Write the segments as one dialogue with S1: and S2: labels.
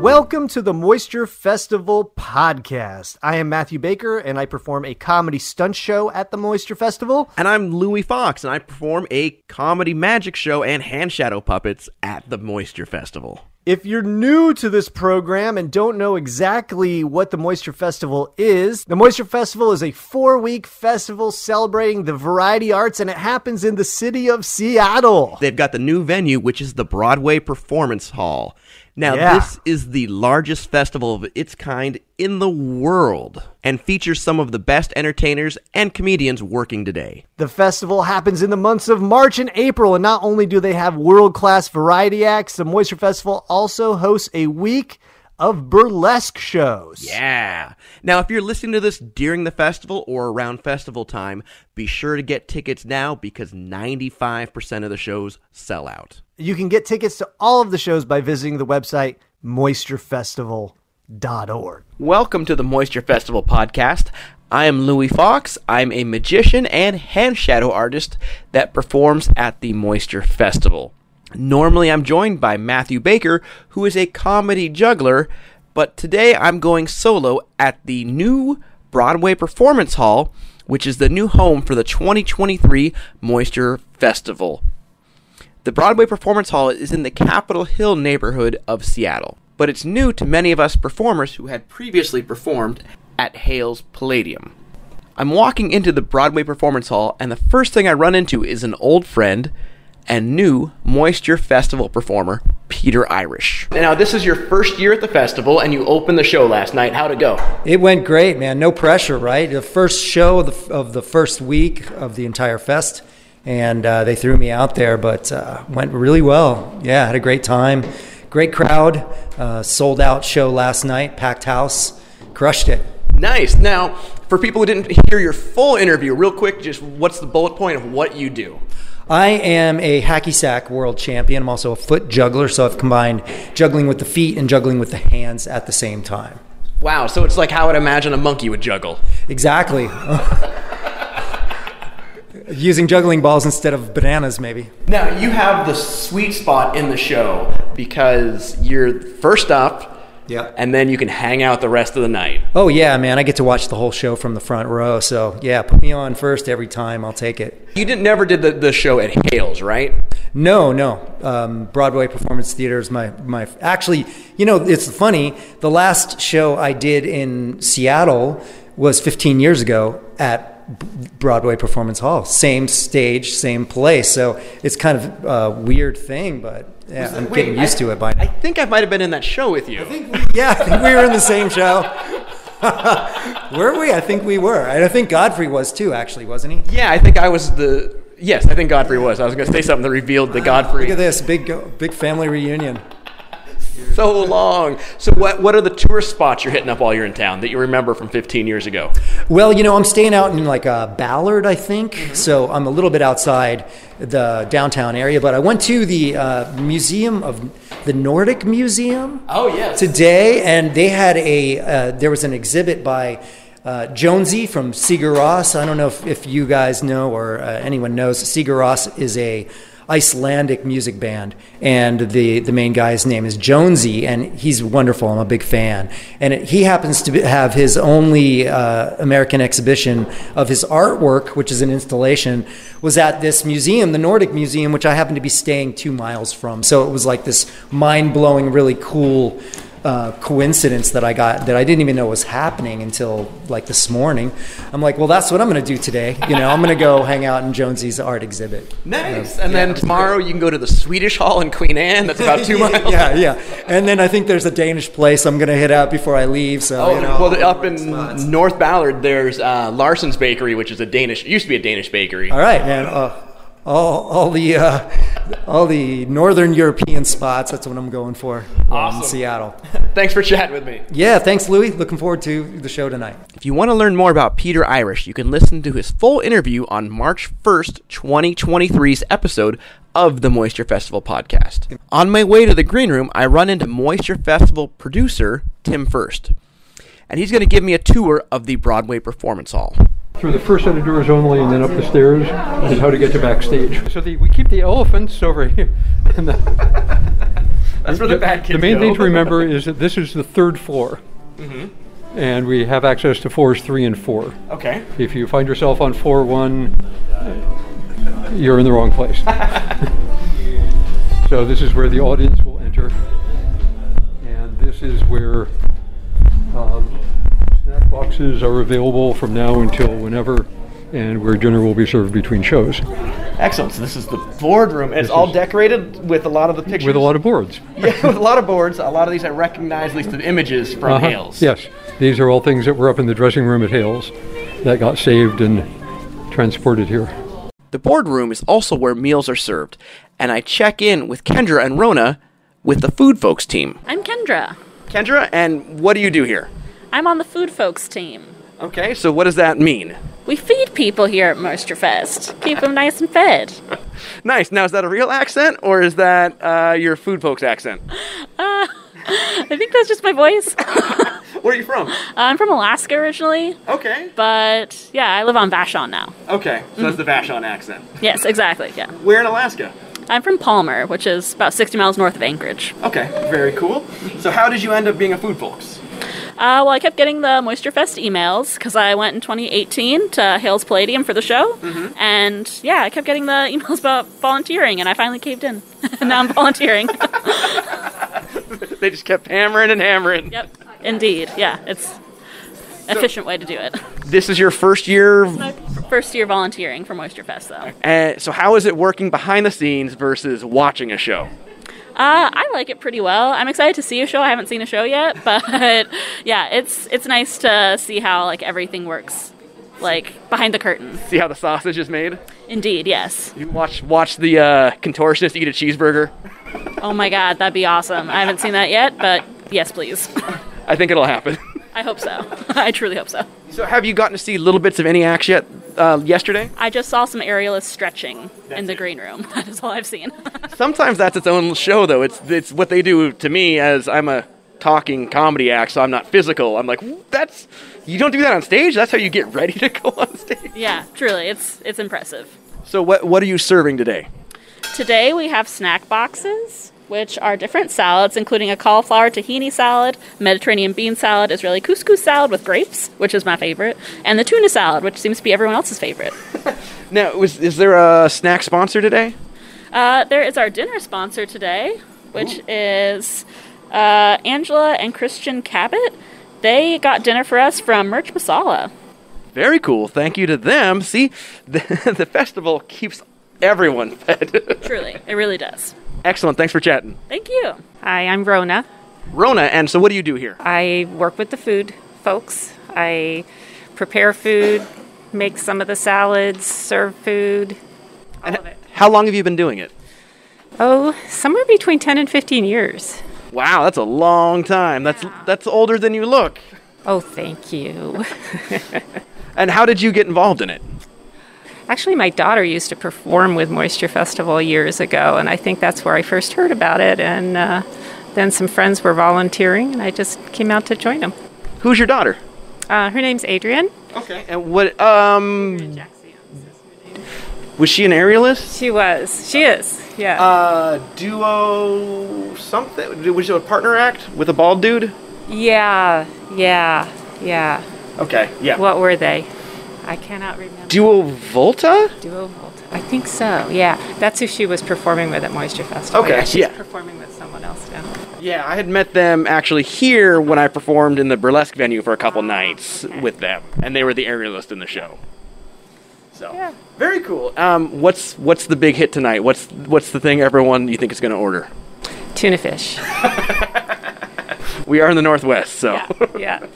S1: Welcome to the Moisture Festival podcast. I am Matthew Baker and I perform a comedy stunt show at the Moisture Festival.
S2: And I'm Louis Fox, and I perform a comedy magic show and hand shadow puppets at the Moisture Festival.
S1: If you're new to this program and don't know exactly what the Moisture Festival is, the Moisture Festival is a four week festival celebrating the variety arts and it happens in the city of Seattle.
S2: They've got the new venue, which is the Broadway Performance Hall. Now,
S1: Yeah.
S2: this is the largest festival of its kind in the world and features some of the best entertainers and comedians working today.
S1: The festival happens in the months of March and April, and not only do they have world class variety acts, the Moisture Festival also hosts a week of burlesque shows.
S2: Yeah. Now, if you're listening to this during the festival or around festival time, be sure to get tickets now because 95% of the shows sell out.
S1: You can get tickets to all of the shows by visiting the website moisturefestival.org.
S2: Welcome to the Moisture Festival podcast. I am Louis Fox. I'm a magician and hand shadow artist that performs at the Moisture Festival. Normally, I'm joined by Matthew Baker, who is a comedy juggler, but today I'm going solo at the new Broadway Performance Hall, which is the new home for the 2023 Moisture Festival. The Broadway Performance Hall is in the Capitol Hill neighborhood of Seattle, but it's new to many of us performers who had previously performed at Hale's Palladium. I'm walking into the Broadway Performance Hall, and the first thing I run into is an old friend and new Moisture Festival performer, Peter Irish. Now, this is your first year at the festival, and you opened the show last night. How'd it go?
S3: It went great, man. No pressure, right? The first show of the, of the first week of the entire fest, and uh, they threw me out there, but uh, went really well. Yeah, had a great time, great crowd, uh, sold out show last night, packed house, crushed it.
S2: Nice. Now, for people who didn't hear your full interview, real quick, just what's the bullet point of what you do?
S3: I am a hacky sack world champion. I'm also a foot juggler, so I've combined juggling with the feet and juggling with the hands at the same time.
S2: Wow, so it's like how I'd imagine a monkey would juggle.
S3: Exactly. Using juggling balls instead of bananas, maybe.
S2: Now, you have the sweet spot in the show because you're first up,
S3: Yep.
S2: and then you can hang out the rest of the night.
S3: Oh yeah, man! I get to watch the whole show from the front row. So yeah, put me on first every time. I'll take it.
S2: You didn't never did the, the show at Hales, right?
S3: No, no. Um, Broadway Performance Theater is my my. Actually, you know, it's funny. The last show I did in Seattle was 15 years ago at B- Broadway Performance Hall. Same stage, same place. So it's kind of a weird thing, but yeah, I'm getting used to it by now.
S2: I think I might have been in that show with you.
S3: yeah, I think we were in the same show. were we? I think we were. And I think Godfrey was too. Actually, wasn't he?
S2: yeah, I think I was the. Yes, I think Godfrey was. I was going to say something that revealed the
S3: Ah, Look at
S2: Godfrey
S3: this big go- big family reunion.
S2: so long. So, what, what are the tourist spots you're hitting up while you're in town that you remember from 15 years ago?
S3: Well, you know, I'm staying out in like uh, Ballard, I think. So I'm a little bit outside the downtown area. But I went to the uh, Museum of the Nordic Museum
S2: Oh, yes.
S3: today, and they had a uh, there was an exhibit by. Uh, Jonesy from Sigur Rós. I don't know if, if you guys know or uh, anyone knows. Sigur Rós is a Icelandic music band, and the the main guy's name is Jonesy, and he's wonderful. I'm a big fan, and it, he happens to be, have his only uh, American exhibition of his artwork, which is an installation, was at this museum, the Nordic Museum, which I happen to be staying two miles from. So it was like this mind blowing, really cool uh, coincidence that I got that I didn't even know was happening until like this morning. I'm like, well, that's what I'm going to do today. You know, I'm going to go hang out in Jonesy's art exhibit.
S2: Nice. And then tomorrow you can go to the Swedish Hall in Queen Anne. That's about two
S3: yeah,
S2: miles.
S3: yeah, yeah. And then I think there's a Danish place I'm going to hit out before I leave. So,
S2: Oh,
S3: you know,
S2: well, up in North Ballard, there's uh, Larson's Bakery, which is a Danish, used to be a Danish bakery.
S3: all right, man. Uh, all, all the uh, all the northern European spots. That's what I'm going for. um,
S4: Awesome.
S3: Seattle.
S4: Thanks for chatting with me.
S3: Yeah, thanks, Louis. Looking forward to the show tonight.
S2: If you want to learn more about Peter Irish, you can listen to his full interview on March 1st, 2023's episode of the Moisture Festival podcast. On my way to the green room, I run into Moisture Festival producer Tim First, and he's going to give me a tour of the Broadway Performance Hall.
S5: through the first set of doors only and then up the stairs is how to get to backstage. So the, we keep the elephants over here. And the,
S4: That's where the bad kids
S5: the main
S4: go.
S5: thing to remember is that this is the third floor.
S4: Mm-hmm.
S5: And we have access to floors three and four.
S4: okay.
S5: If you find yourself on floor one, uh, you're in the wrong place. so this is where the audience will enter, and this is where um, snack boxes are available from now until whenever, and where dinner will be served between shows
S4: Excellent. So this is the boardroom. It's
S5: This
S4: all
S5: is-
S4: decorated with a lot of the pictures.
S5: with a lot of boards.
S4: yeah, with a lot of boards. A lot of these I recognize, at least the images from
S5: Uh-huh.
S4: Hales.
S5: Yes, these are all things that were up in the dressing room at Hales that got saved and transported here.
S2: The boardroom is also where meals are served, and I check in with Kendra and Rona with the Food Folks team.
S6: I'm Kendra.
S2: Kendra, and what do you do here?
S6: I'm on the Food Folks team.
S2: Okay, so what does that mean?
S6: We feed people here at Moisture Fest. Keep them nice and fed.
S2: Nice. Now, is that a real accent or is that uh, your Food Folks accent?
S6: I think that's just my voice.
S2: Where are you from?
S6: I'm from Alaska originally,
S2: Okay.
S6: but yeah, I live on Vashon now.
S2: Okay. So that's the Vashon accent.
S6: Yes, exactly. Yeah.
S2: We're in Alaska.
S6: I'm from Palmer, which is about 60 miles north of Anchorage.
S2: Okay. Very cool. So how did you end up being a Food Folks?
S6: Uh, well, I kept getting the Moisture Fest emails because I went in 2018 to Hales Palladium for the show.
S2: Mm-hmm.
S6: And yeah, I kept getting the emails about volunteering, and I finally caved in. and now I'm volunteering.
S2: They just kept hammering and hammering.
S6: Yep, indeed. Yeah, it's an efficient way to do it.
S2: This is your first year.
S6: First year volunteering for Moisture Fest, though. Uh,
S2: Uh, so how is it working behind the scenes versus watching a show?
S6: Uh, I like it pretty well. I'm excited to see a show. I haven't seen a show yet, but yeah, it's it's nice to see how like everything works, like behind the curtain.
S2: See how the sausage is made?
S6: Indeed, yes.
S2: You watch watch the uh, contortionist eat a cheeseburger.
S6: Oh my God, that'd be awesome. I haven't seen that yet, but yes, please.
S2: I think it'll happen.
S6: I hope so. I truly hope so.
S2: so have you gotten to see little bits of any act yet? Uh, yesterday.
S6: I just saw some aerialists stretching in the green room. That is all I've seen.
S2: Sometimes that's its own show, though. It's it's what they do to me as I'm a talking comedy act, so I'm not physical. I'm like, that's you don't do that on stage. That's how you get ready to go on stage.
S6: yeah, truly, it's it's impressive.
S2: So what what are you serving today?
S6: Today we have snack boxes, which are different salads, including a cauliflower tahini salad, Mediterranean bean salad, Israeli couscous salad with grapes, which is my favorite, and the tuna salad, which seems to be everyone else's favorite.
S2: Now, was is there a snack sponsor today?
S6: Uh, there is our dinner sponsor today, which is uh, Angela and Christian Cabot. They got dinner for us from Merch Masala.
S2: Very cool. Thank you to them. See, the, the festival keeps everyone fed.
S6: Truly, it really does.
S2: Excellent. Thanks for chatting,
S6: Thank you.
S7: Hi, I'm Rona.
S2: Rona. And so, what do you do here?
S7: I work with the food folks. I prepare food, make some of the salads, serve food. All of it.
S2: How long have you been doing it?
S7: Oh, somewhere between 10 and 15 years.
S2: Wow, that's a long time. That's that's older than you look.
S7: Oh, thank you.
S2: And how did you get involved in it?
S7: Actually, my daughter used to perform with Moisture Festival years ago, and I think that's where I first heard about it. And uh, then some friends were volunteering, and I just came out to join them.
S2: Who's your daughter?
S7: Uh, her name's Adrian.
S2: Okay. And what um was she an aerialist?
S7: She was. She is. Yeah.
S2: Uh duo something was she a partner act with a bald dude?
S7: yeah. Yeah. Yeah.
S2: Okay, yeah.
S7: What were they? I cannot remember.
S2: duo Volta?
S7: Duo Volta. I think so. Yeah, that's who she was performing with at Moisture Festival.
S2: Okay,
S7: Yeah, she's
S2: yeah.
S7: performing with someone else now.
S2: Yeah, I had met them actually here when I performed in the burlesque venue for a couple nights with them. And they were the aerialist in the show. So
S7: Yeah.
S2: very cool. Um what's what's the big hit tonight? What's what's the thing everyone you think is gonna order?
S7: Tuna fish.
S2: We are in the northwest, so
S7: Yeah, yeah.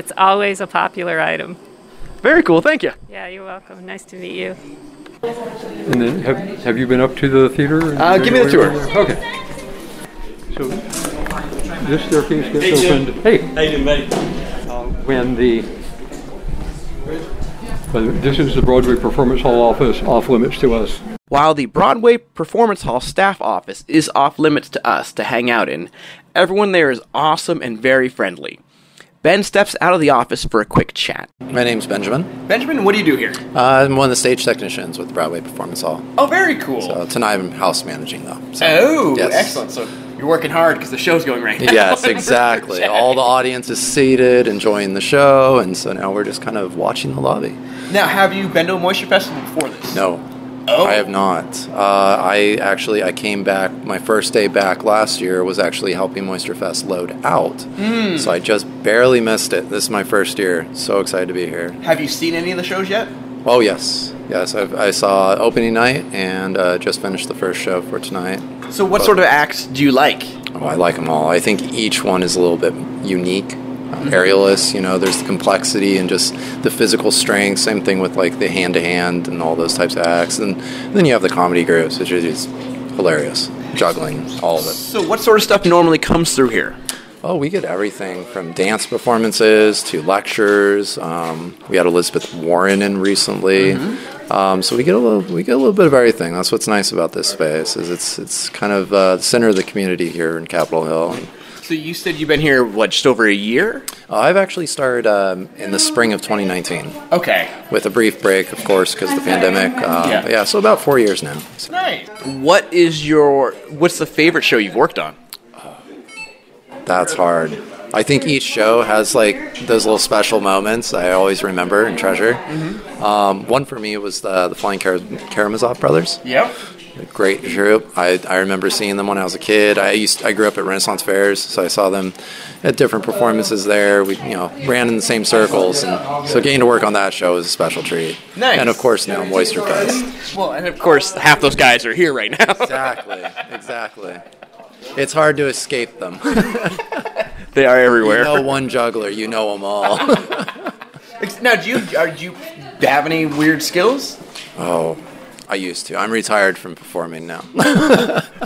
S7: It's always a popular item.
S2: very cool, thank you.
S7: Yeah, you're welcome. Nice to meet you.
S5: And then, have, have you been up to the theater?
S4: Uh, give me the tour.
S5: Okay. So, this staircase gets opened. Hey. Uh, When the, uh, this is the Broadway Performance Hall office, off limits to us.
S2: While the Broadway Performance Hall staff office is off limits to us to hang out in, everyone there is awesome and very friendly. Ben steps out of the office for a quick chat.
S8: My name's Benjamin.
S4: Benjamin, what do you do here?
S8: Uh, I'm one of the stage technicians with Broadway Performance Hall.
S4: Oh, very cool.
S8: Uh, tonight I'm house managing though. So.
S4: oh,
S8: Yes.
S4: excellent. So you're working hard because the show's going right now.
S8: Yes, exactly. All the audience is seated, enjoying the show, and so now we're just kind of watching the lobby.
S4: Now, have you been to a moisture festival before this?
S8: No,
S4: Oh.
S8: I have not. Uh, I actually I came back. My first day back last year was actually helping Moisture Fest load out, so I just barely missed it. This is my first year. So excited to be here.
S4: Have you seen any of the shows yet?
S8: Oh yes, yes. I've, I saw opening night and uh, just finished the first show for tonight.
S4: So, what sort of acts do you like?
S8: Oh, I like them all. I think each one is a little bit unique.
S4: Mm-hmm.
S8: Uh, Aerialist, you know, there's the complexity and just the physical strength. Same thing with like the hand to hand and all those types of acts. And then you have the comedy groups, which is just hilarious, juggling all of it.
S2: So, what sort of stuff normally comes through here?
S8: Oh, we get everything from dance performances to lectures. Um, we had Elizabeth Warren in recently. Um, so we get a little, we get a little bit of everything. That's what's nice about this space is it's it's kind of uh, the center of the community here in Capitol Hill.
S2: So, you said you've been here, what, just over a year?
S8: Uh, I've actually started um, in the spring of 2019
S4: Okay.
S8: with a brief break, of course, because the pandemic. Uh,
S4: Yeah.
S8: but yeah, so about four years now. So,
S4: Nice.
S2: What is your, what's the favorite show you've worked on?
S8: that's hard. I think each show has like those little special moments I always remember and treasure.
S2: Mm-hmm.
S8: Um, one for me was the, the Flying Kar- Karamazov Brothers.
S4: Yep.
S8: A great group. I, I remember seeing them when I was a kid. I used I grew up at Renaissance fairs, so I saw them at different performances there. We you know ran in the same circles, and so getting to work on that show was a special treat.
S4: Nice.
S8: And of course now Moisture Fest.
S4: Well, and of
S2: Of course, half those guys are here right now.
S8: Exactly. Exactly. It's hard to escape them.
S2: they are everywhere.
S8: You know one juggler, you know them all.
S4: course. Now, do you are do you have any weird skills?
S8: oh, I used to. I'm retired from performing now.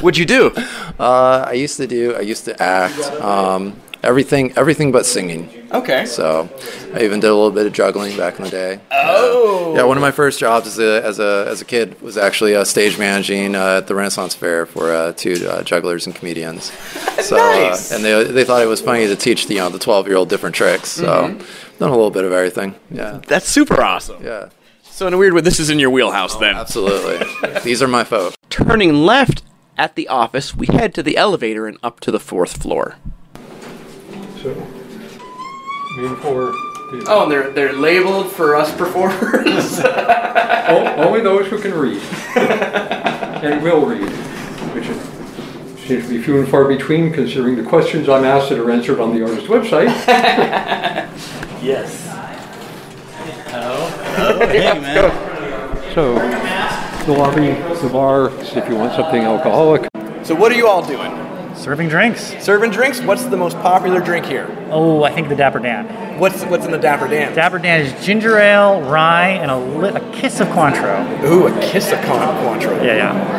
S2: What'd you do?
S8: Uh, I used to do. I used to act. Um, everything, everything but singing.
S4: Okay.
S8: So, I even did a little bit of juggling back in the day.
S4: oh.
S8: Yeah, one of my first jobs as a as a, as a kid was actually uh, stage managing uh, at the Renaissance Fair for uh, two uh, jugglers and comedians. So,
S4: Nice.
S8: uh, and they they thought it was funny to teach the you know the twelve year old different tricks. So,
S4: Mm-hmm.
S8: done a little bit of everything. Yeah,
S2: That's super awesome.
S8: yeah,
S2: So, in a weird way, this is in your wheelhouse then.
S8: Oh, absolutely. These are my folk.
S2: Turning left at the office, we head to the elevator and up to the fourth floor.
S5: So, main floor. theater.
S4: Oh, and they're they're labeled for us performers.
S5: O- Only those who can read and will read, which seems to be few and far between considering the questions I'm asked that are answered on the artist website.
S9: Yes. Hello. Hey, man.
S5: So, the lobby, the bar, if you want something alcoholic.
S4: so, what are you all doing?
S9: Serving drinks.
S4: Serving drinks. What's the most popular drink here?
S9: Oh, I think the Dapper Dan.
S4: What's what's in the Dapper Dan?
S9: Dapper Dan is ginger ale, rye, and a, li- a kiss of Cointreau.
S4: Ooh, a kiss of con- Cointreau.
S9: Yeah, yeah.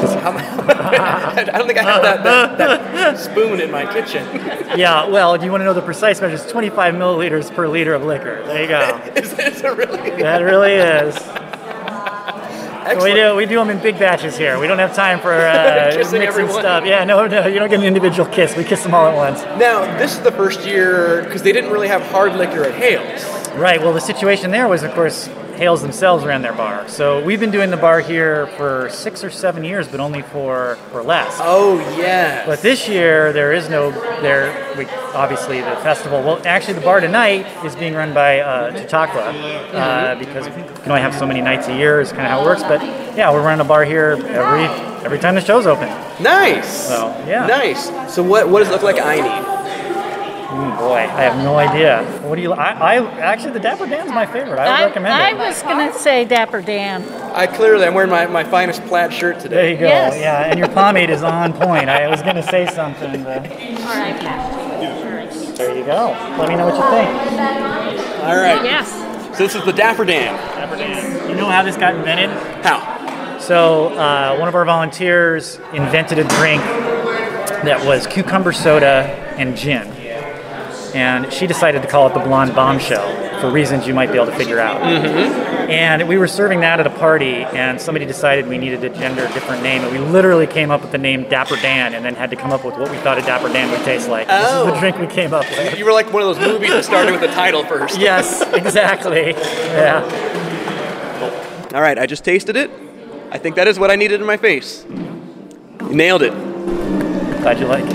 S4: I don't think I have that, that, that spoon in my kitchen.
S9: Yeah, well, do you want to know the precise measure? It's 25 milliliters per liter of liquor. There you go.
S4: Is it really
S9: That really is. We
S4: excellent?
S9: do we do them in big batches here. We don't have time for uh,
S4: Kissing
S9: mixing
S4: everyone.
S9: stuff. Yeah, no, no, you don't get an individual kiss. We kiss them all at once.
S4: Now, this is the first year because they didn't really have hard liquor at Hales.
S9: Right. Well, the situation there was, of course, Hales themselves ran their bar. So we've been doing the bar here for six or seven years, but only for for less.
S4: Oh yeah.
S9: But this year there is no there. We, obviously, the festival. Well, actually, the bar tonight is being run by uh, Chautauqua uh, because we can only have so many nights a year. Is kind of how it works. But yeah, we're running a bar here every every time the show's open.
S4: nice.
S9: So, yeah.
S4: Nice. So what what does it look like I need?
S9: Mm, boy, I have no idea. What do you? I, I actually the Dapper Dan's my favorite. I would recommend
S10: I,
S9: it.
S10: was going to say Dapper Dan.
S4: I clearly I'm wearing my, my finest plaid shirt today.
S9: There you go.
S10: Yes.
S9: Yeah, and your pomade is on point. I was going to say something, but
S10: All right, Pat.
S9: there you go. Let me know what you think.
S4: All right.
S10: Yes.
S4: So this is the Dapper Dan.
S9: You know how this got invented? How? So uh, one of our volunteers invented a drink that was cucumber soda and gin, and she decided to call it the Blonde Bombshell for reasons you might be able to figure out.
S4: Mm-hmm.
S9: And we were serving that at a party, and somebody decided we needed a gender different name, and we literally came up with the name Dapper Dan, and then had to come up with what we thought a Dapper Dan would taste like. This is
S4: Oh.
S9: the drink we came up with.
S4: You were like one of those movies that started with the title first.
S9: Yes, exactly. Yeah.
S2: All right, I just tasted it. I think that is what I needed in my face. You nailed it.
S9: Glad you like it.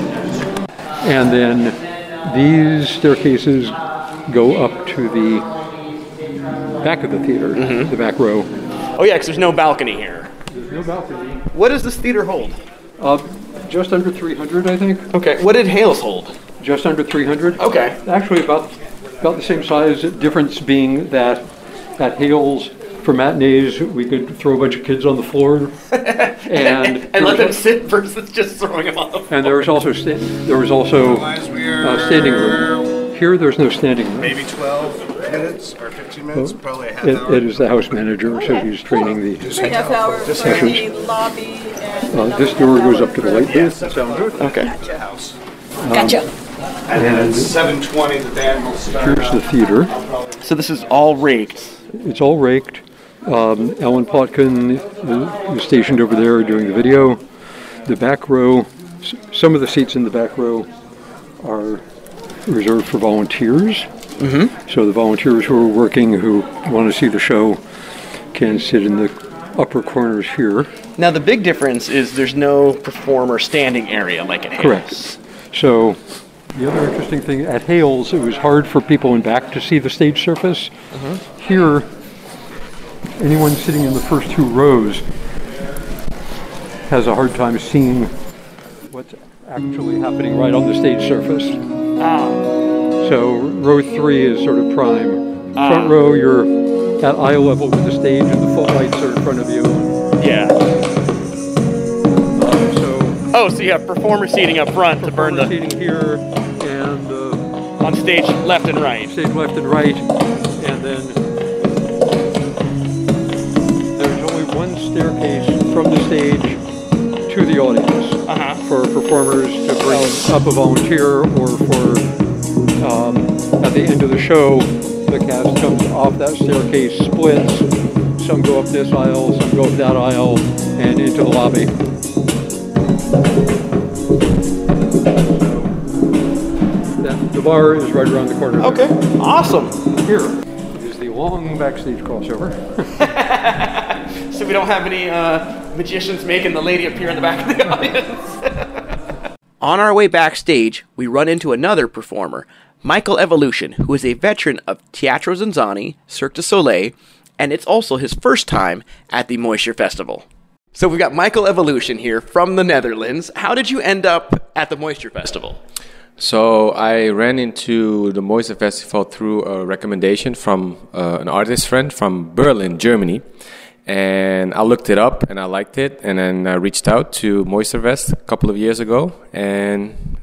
S5: And then these staircases go up to the back of the theater, the back row.
S2: Mm-hmm. Oh yeah, 'cause there's no balcony here.
S5: There's no balcony.
S2: What does this theater hold?
S5: Uh, just under 300, I think.
S2: Okay. What did Hales hold?
S5: Just under 300.
S2: Okay.
S5: Actually, about about the same size. Difference being that at Hales for matinees, we could throw a bunch of kids on the floor, and
S4: and let them sit versus just throwing them on the
S5: and there was also sta- there was also uh, standing room. Here, there's no standing room.
S11: Maybe 12 minutes or 15 minutes, probably a half
S5: It-
S11: hour.
S5: it is the house manager, so he's training the.
S11: Half hour for the
S5: ushers. Uh, this door goes up to the light booth. Um,
S2: Okay.
S11: Gotcha house.
S10: Gotcha.
S11: And then at 7:20, the band will start.
S5: Here's
S11: up.
S5: the theater.
S2: So this is all raked.
S5: It's all raked. Um, Alan Plotkin is- is stationed over there doing the video. The back row, s- some of the seats in the back row are reserved for volunteers.
S9: Mm-hmm.
S2: Mhm.
S5: So the volunteers who are working, who want to see the show, can sit in the upper corners here.
S2: Now the big difference is there's no performer standing area like at Hales.
S5: Correct. So the other interesting thing at Hales, it was hard for people in back to see the stage surface. Here, anyone sitting in the first two rows has a hard time seeing what's actually happening right on the stage surface.
S2: Ah.
S5: So row three is sort of prime.
S2: Ah.
S5: Front row, you're at eye level with the stage, and the footlights are in front of you.
S2: Yeah.
S5: So
S2: Oh, so you have performer seating up front to burn the
S5: seating here and uh,
S2: on stage left and right.
S5: stage left and right, and then there's only one staircase from the stage to the audience for performers to bring up a volunteer or for um, at the end of the show the cast comes off that staircase splits some go up this aisle some go up that aisle and into the lobby that, the bar is right around the corner okay
S2: awesome
S5: here is the long backstage crossover
S4: So we don't have any uh, magicians making the lady appear in the back of the audience.
S2: On our way backstage, we run into another performer, Michael Evolution, who is a veteran of Teatro Zanzani, Cirque du Soleil, and it's also his first time at the Moisture Festival. So we've got Michael Evolution here from the Netherlands. How did you end up at the Moisture Festival?
S12: So I ran into the Moise Festival through a recommendation from uh, an artist friend from Berlin, Germany. And I looked it up and I liked it. And then I reached out to Moistervest a couple of years ago. And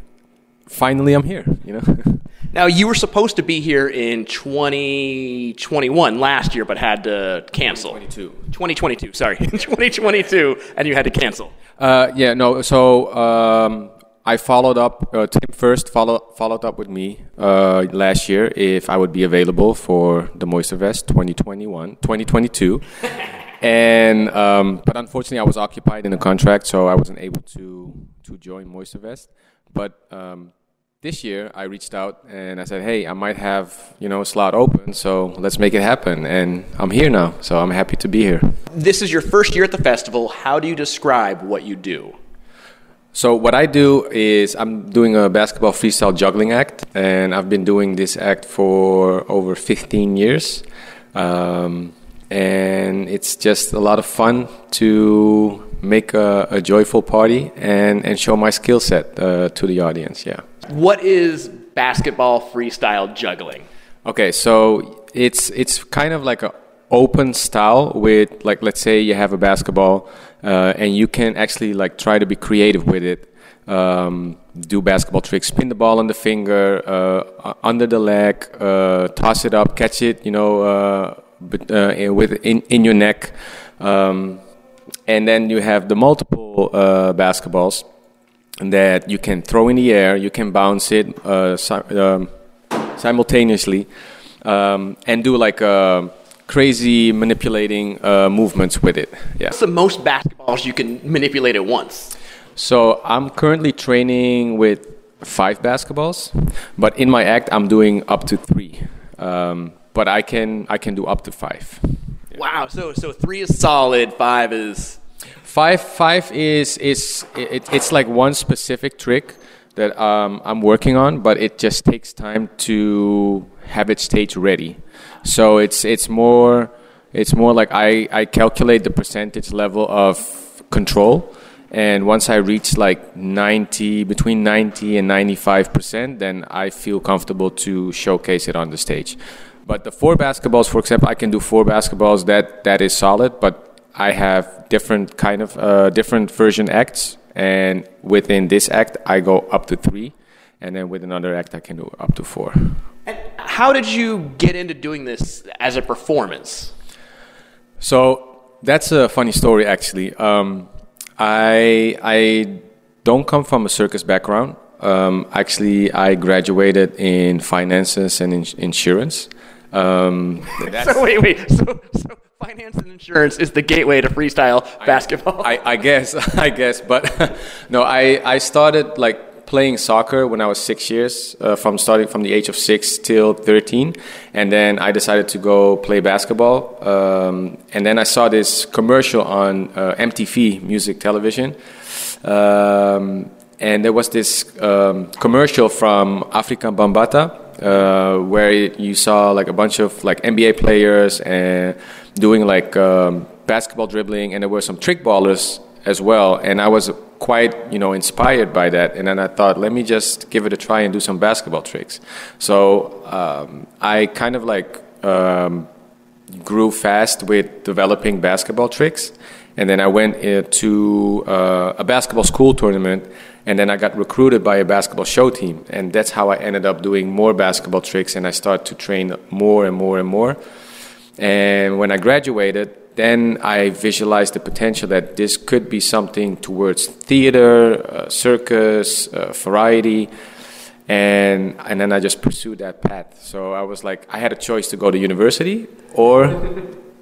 S12: finally I'm here, you know?
S2: Now, you were supposed to be here in 2021 last year, but had to cancel. 2022. 2022, sorry. 2022, and you had to cancel.
S12: Uh, yeah, no. So um, I followed up. Uh, Tim first follow, followed up with me uh, last year if I would be available for the Moistervest 2021, 2022. and um, but unfortunately, I was occupied in a contract, so I wasn't able to to join Moistervest. But um, this year, I reached out and I said, "Hey, I might have you know a slot open, so let's make it happen." And I'm here now, so I'm happy to be here.
S2: This is your first year at the festival. How do you describe what you do?
S12: So what I do is I'm doing a basketball freestyle juggling act, and I've been doing this act for over 15 years, um, and it's just a lot of fun to make a, a joyful party and and show my skill set uh, to the audience. Yeah.
S2: What is basketball freestyle juggling?
S12: Okay, so it's it's kind of like a open style with like let's say you have a basketball uh, and you can actually like try to be creative with it. Um, do basketball tricks, spin the ball on the finger, uh, u- under the leg, uh, toss it up, catch it, you know, uh, but, uh, with in, in your neck. Um, and then you have the multiple uh, basketballs that you can throw in the air, you can bounce it uh, si- um, simultaneously, um, and do like uh, crazy manipulating uh, movements with it. Yeah.
S2: What's the most basketballs you can manipulate at once?
S12: So I'm currently training with five basketballs, but in my act I'm doing up to three. Um, but I can I can do up to five.
S2: Wow. So so three is solid. Five is
S12: Five five is is it, it's like one specific trick that um, I'm working on, but it just takes time to have it stage ready. So it's it's more it's more like I, I calculate the percentage level of control, and once I reach like ninety between ninety and ninety five percent, then I feel comfortable to showcase it on the stage. But the four basketballs, for example, I can do four basketballs. That that is solid, but I have different kind of uh, different version acts, and within this act, I go up to three, and then with another act, I can do up to four.
S2: How did you get into doing this as a performance?
S12: So that's a funny story, actually. Um, I I don't come from a circus background. Um, actually, I graduated in finances and in- insurance. Um, that's-
S2: so wait, wait. So, so finance and insurance is the gateway to freestyle basketball.
S12: I, I guess, I guess, but no, I, I started like playing soccer when I was six years, uh, from starting from the age of six till 13. And then I decided to go play basketball. Um, and then I saw this commercial on uh, MTV music television. Um, and there was this um, commercial from Africa Bambata. Uh, where you saw like a bunch of like NBA players and doing like um, basketball dribbling, and there were some trick ballers as well. And I was quite, you know, inspired by that. And then I thought, let me just give it a try and do some basketball tricks. So um, I kind of like um, grew fast with developing basketball tricks. And then I went uh, to uh, a basketball school tournament, and then I got recruited by a basketball show team. And that's how I ended up doing more basketball tricks, and I started to train more and more and more. And when I graduated, then I visualized the potential that this could be something towards theater, uh, circus, uh, variety, and and then I just pursued that path. So I was like, I had a choice to go to university or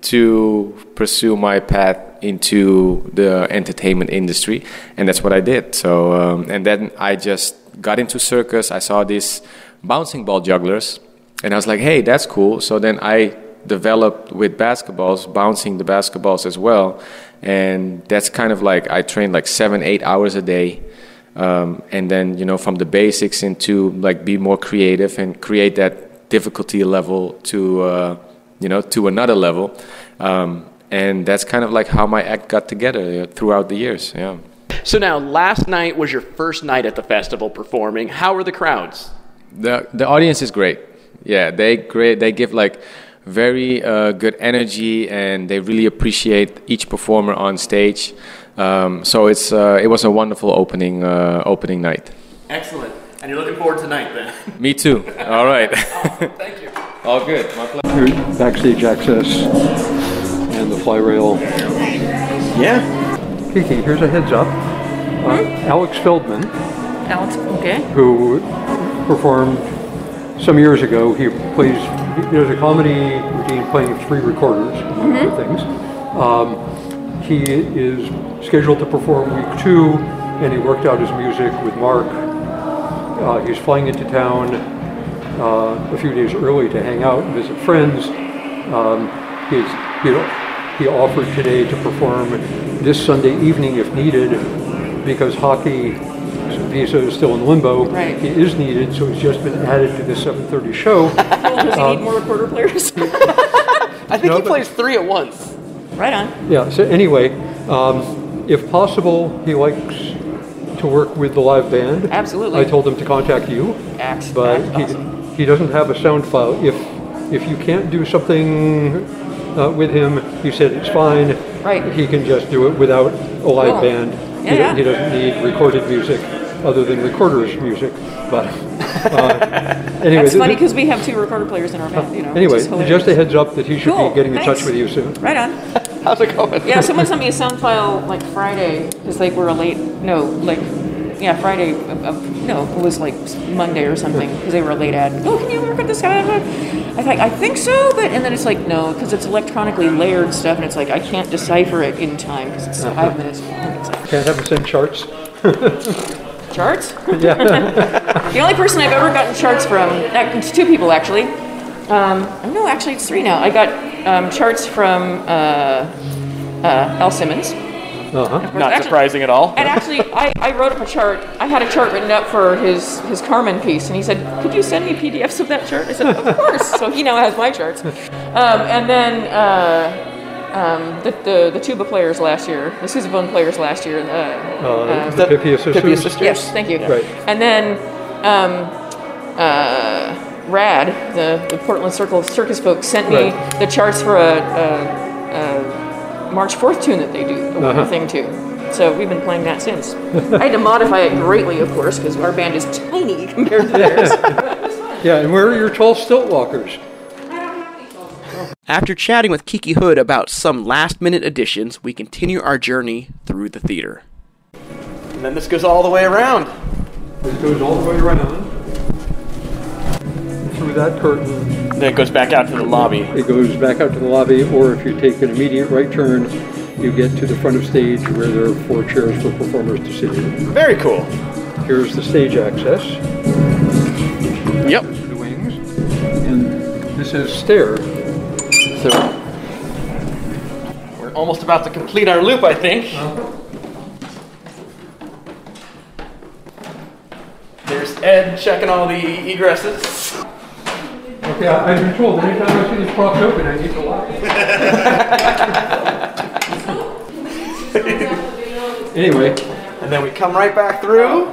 S12: to pursue my path into the entertainment industry, and that's what I did. So um, and then I just got into circus. I saw these bouncing ball jugglers, and I was like, hey, that's cool. So then I developed with basketballs, bouncing the basketballs as well. And that's kind of like I trained like seven, eight hours a day. Um, and then, you know, from the basics into like be more creative and create that difficulty level to, uh, you know, to another level. Um, and that's kind of like how my act got together uh, throughout the years. Yeah.
S2: So now, last night was your first night at the festival performing. How were the crowds?
S12: The, the audience is great. Yeah, they great. They give like very uh, good energy and they really appreciate each performer on stage. Um, so it's uh, it was a wonderful opening uh, opening night.
S2: Excellent. And you're looking forward tonight then.
S12: Me too. All right.
S2: thank you.
S12: All good. My pleasure.
S5: Backstage access and the fly rail. Yeah. Kiki, here's a heads up. Uh, Alex Feldman,
S6: Alex, okay.
S5: who performed some years ago, he plays. He does a comedy routine playing three recorders
S6: Mhm.
S5: for things. Um, he is scheduled to perform week two, and he worked out his music with Mark. Uh, he's flying into town uh, a few days early to hang out and visit friends. Um, he's, you know, he offered today to perform this Sunday evening if needed because hockey visa is still in limbo.
S6: Right.
S5: He is needed, so he's just been added to the 7:30 show.
S6: we need
S5: Um,
S6: more recorder players. I
S2: think
S5: No,
S2: he
S5: but-
S2: plays three at once.
S6: Right on.
S5: Yeah, so anyway, um, if possible, he likes to work with the live band.
S6: Absolutely.
S5: I told him to contact you.
S6: Excellent.
S5: But he, he doesn't have a sound file. If, if you can't do something uh, with him, he said it's fine.
S6: Right.
S5: He can just do it without a live
S6: Cool.
S5: band. He,
S6: Yeah,
S5: do- he doesn't need recorded music. other than recorders music. But uh, anyway,
S13: That's funny
S5: th- th- uh,
S13: because we have two recorder players in our band. You know. which
S5: anyway,
S13: is hilarious.
S5: just a heads up that he should
S13: Cool,
S5: be getting in
S13: thanks.
S5: touch with you soon.
S13: Right on. How's it going? Yeah, someone sent me a sound file like Friday because like we're late. No, like yeah, Friday. Uh, uh, no, it was like Monday or something because they were a late ad. Oh, can you work with this guy? I think I think so, but and then it's like no because it's electronically layered stuff and it's like I can't decipher it in time because it's
S5: Uh-huh.
S13: five minutes. It's like,
S5: Can't have the same charts.
S13: charts.
S5: Yeah.
S13: the only person I've ever gotten charts from. uh, It's two people actually. Um, no, actually it's three now. I got um, charts from uh, uh, Al Simmons.
S5: Uh-huh.
S2: Not
S13: Actually-
S2: surprising at all.
S13: And actually, I, I wrote up a chart. I had a chart written up for his, his Carmen piece, and he said, Could you send me PDFs of that chart? I said, Of course. so he now has my charts. Um, and then uh, um, the, the, the tuba players last year, the sousaphone players last year. Uh,
S5: Uh, the Pipia sisters?
S13: Pipia Yes, thank you.
S5: Right.
S13: And then um, uh, Rad, the, the Portland Circle Circus folks, sent me
S5: Right.
S13: the charts for a, a, a March 4th tune that they do, a
S5: Uh-huh.
S13: thing too. So we've been playing that since. I had to modify it greatly, of course, because our band is tiny compared to theirs.
S5: Yeah, and where are your tall stilt walkers?
S14: After chatting with Kiki Hood about some last minute additions, we continue our journey through the theater.
S2: And then this goes all the way around.
S5: This goes all the way around. Through that curtain.
S2: Then it goes back out to the lobby.
S5: It goes back out to the lobby, or if you take an immediate right turn, you get to the front of stage where there are four chairs for performers to sit in.
S2: Very cool.
S5: Here's the stage access.
S2: Yep.
S5: The wings. And this is stair. So
S2: We're almost about to complete our loop, I think.
S5: Uh-huh.
S2: There's Ed checking all the egresses.
S5: Okay, I- I've been told anytime I see these props open, I need to lock. Anyway.
S2: And then we come right back through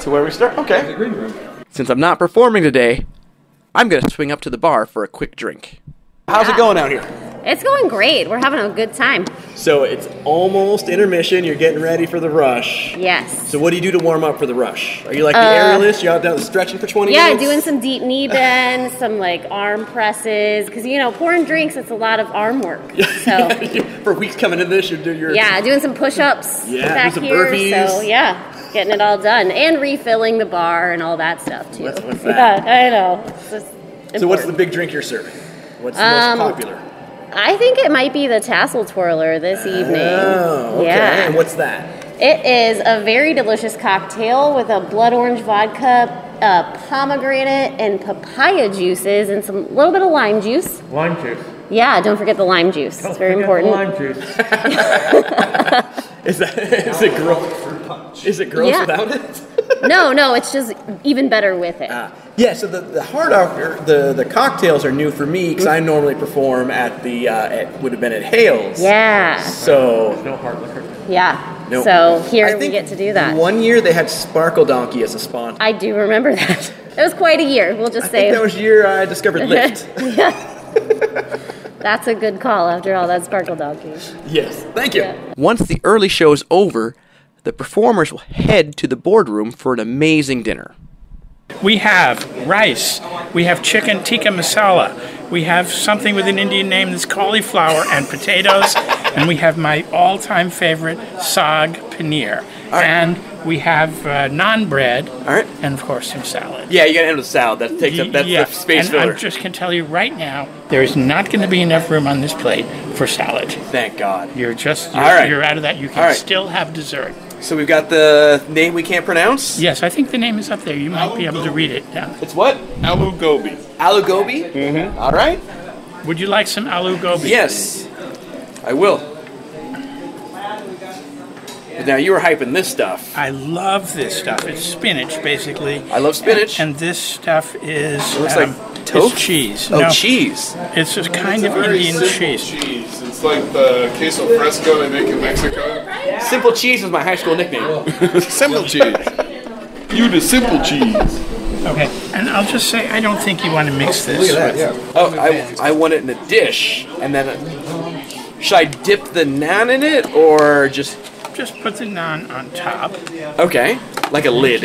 S2: to where we start. Okay. The
S5: green room.
S14: Since I'm not performing today, I'm going to swing up to the bar for a quick drink.
S2: How's it going out here?
S15: It's going great. We're having a good time.
S2: So it's almost intermission. You're getting ready for the rush.
S15: Yes.
S2: So what do you do to warm up for the rush? Are you like the
S15: Uh,
S2: aerialist? You're out down stretching for 20
S15: Yeah,
S2: minutes?
S15: doing some deep knee bends, some like arm presses, because you know pouring drinks, it's a lot of arm work. So
S2: for weeks coming into this, you're doing your
S15: yeah, doing some push-ups
S2: Yeah,
S15: back
S2: do some
S15: here. So
S2: burpees.
S15: yeah, getting it all done and refilling the bar and all that stuff too.
S2: What's with that?
S15: Yeah, I know. It's just
S2: So what's the
S15: important.
S2: big drink you're serving? What's the
S15: Um,
S2: most popular?
S15: I think it might be the tassel twirler this evening.
S2: Oh, okay.
S15: Yeah.
S2: And what's that?
S15: It is a very delicious cocktail with a blood orange vodka, uh, pomegranate, and papaya juices, and some little bit of lime juice.
S16: Lime juice.
S15: Yeah, don't forget the lime juice.
S2: Oh.
S15: It's very important.
S16: Lime juice.
S2: Is that is it gross? Is it gross
S15: Yeah.
S2: without it?
S15: no, no, it's just even better with it.
S2: Yeah, so the, the hard alcohol, the, the cocktails are new for me because I normally perform at the, uh, at, would have been at Hales.
S15: Yeah.
S2: So. no hard liquor.
S15: yeah.
S2: No.
S15: So here we get to do that.
S2: One year they had Sparkle Donkey as a sponsor.
S15: I do remember that. It was quite a year. We'll just
S2: I
S15: say
S2: think that was the year I discovered Lyft.
S15: yeah. That's a good call after all that sparkle donkey.
S2: yes, thank you.
S14: Once the early show is over, the performers will head to the boardroom for an amazing dinner.
S16: We have rice. We have chicken tikka masala. We have something with an Indian name that's cauliflower and potatoes. and we have my all time favorite sag paneer. And we have uh, naan bread. All
S2: right.
S16: And of course, some salad.
S2: Yeah, you gotta end with salad. That takes up, that's
S16: Yeah,
S2: the space
S16: and I
S2: filler.
S16: just can tell you right now, there is not going to be enough room on this plate for salad.
S2: Thank God.
S16: You're just you're,
S2: All right.
S16: you're out of that. You can
S2: All right.
S16: still have dessert.
S2: So we've got the name we can't pronounce.
S16: Yes, I think the name is up there. You might be able to read it. Yeah.
S2: It's what?
S16: Alu gobi.
S2: Alu gobi. Mm-hmm. All right.
S16: Would you like some alu gobi?
S2: Yes, I will. But now you were hyping this stuff.
S16: I love this stuff. It's spinach, basically.
S2: I love spinach.
S16: And, and this stuff is
S2: It looks
S16: um,
S2: like
S16: it's
S2: tofu?
S16: cheese.
S2: Oh, cheese.
S16: It's a kind
S17: It's
S16: of
S17: a very
S16: Indian
S17: simple
S16: cheese.
S17: cheese. It's like the queso fresco they make in Mexico.
S2: Simple cheese was my high school nickname.
S17: simple cheese. You the simple cheese.
S16: Okay. And I'll just say, I don't think you want to mix this. with-
S2: Oh, I, I want it in a dish, and then should I dip the naan in it or just
S16: just put the naan on top.
S2: Okay, like a lid.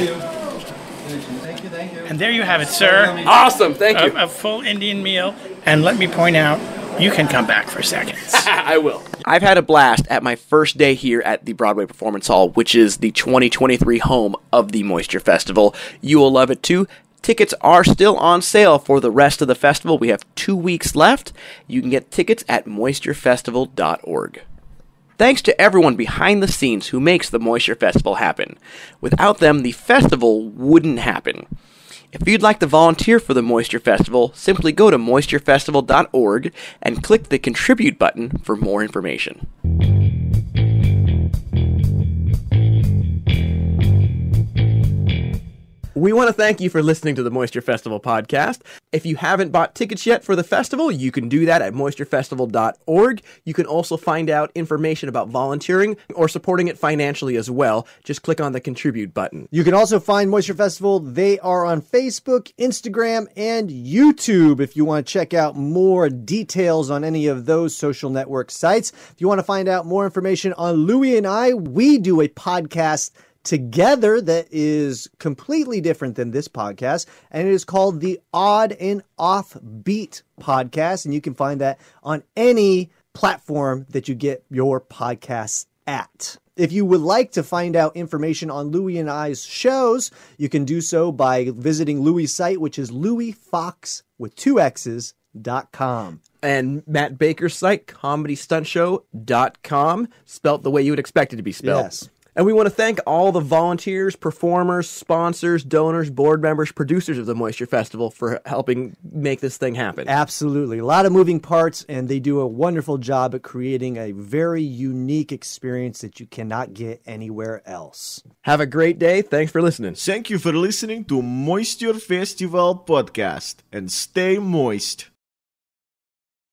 S16: And there you have it, sir.
S2: Awesome, thank
S16: you. A, a full Indian meal. And let me point out, you can come back for seconds. I
S2: will. I've had a blast at my first day here at the Broadway Performance Hall, which is the 2023 home of the Moisture Festival. You will love it too. Tickets are still on sale for the rest of the festival. We have two weeks left. You can get tickets at moisturefestival.org. Thanks to everyone behind the scenes who makes the Moisture Festival happen. Without them, the festival wouldn't happen. If you'd like to volunteer for the Moisture Festival, simply go to moisturefestival.org and click the contribute button for more information. We want to thank you for listening to the Moisture Festival podcast. If you haven't bought tickets yet for the festival, you can do that at moisturefestival.org. You can also find out information about volunteering or supporting it financially as well. Just click on the contribute button.
S1: You can also find Moisture Festival. They are on Facebook, Instagram, and YouTube if you want to check out more details on any of those social network sites. If you want to find out more information on Louie and I, we do a podcast together that is completely different than this podcast, and it is called the Odd and Offbeat Podcast, and you can find that on any platform that you get your podcasts at. If you would like to find out information on Louie and I's shows, you can do so by visiting Louie's site, which is Louie Fox with two X's dot com.
S2: And Matt Baker's site, comedystuntshow.com, spelt the way you would expect it to be spelled.
S1: Yes.
S2: And we want to thank all the volunteers, performers, sponsors, donors, board members, producers of the Moisture Festival for helping make this thing happen.
S1: Absolutely. A lot of moving parts, and they do a wonderful job at creating a very unique experience that you cannot get anywhere else.
S2: Have a great day. Thanks for listening.
S18: Thank you for listening to Moisture Festival podcast and stay moist.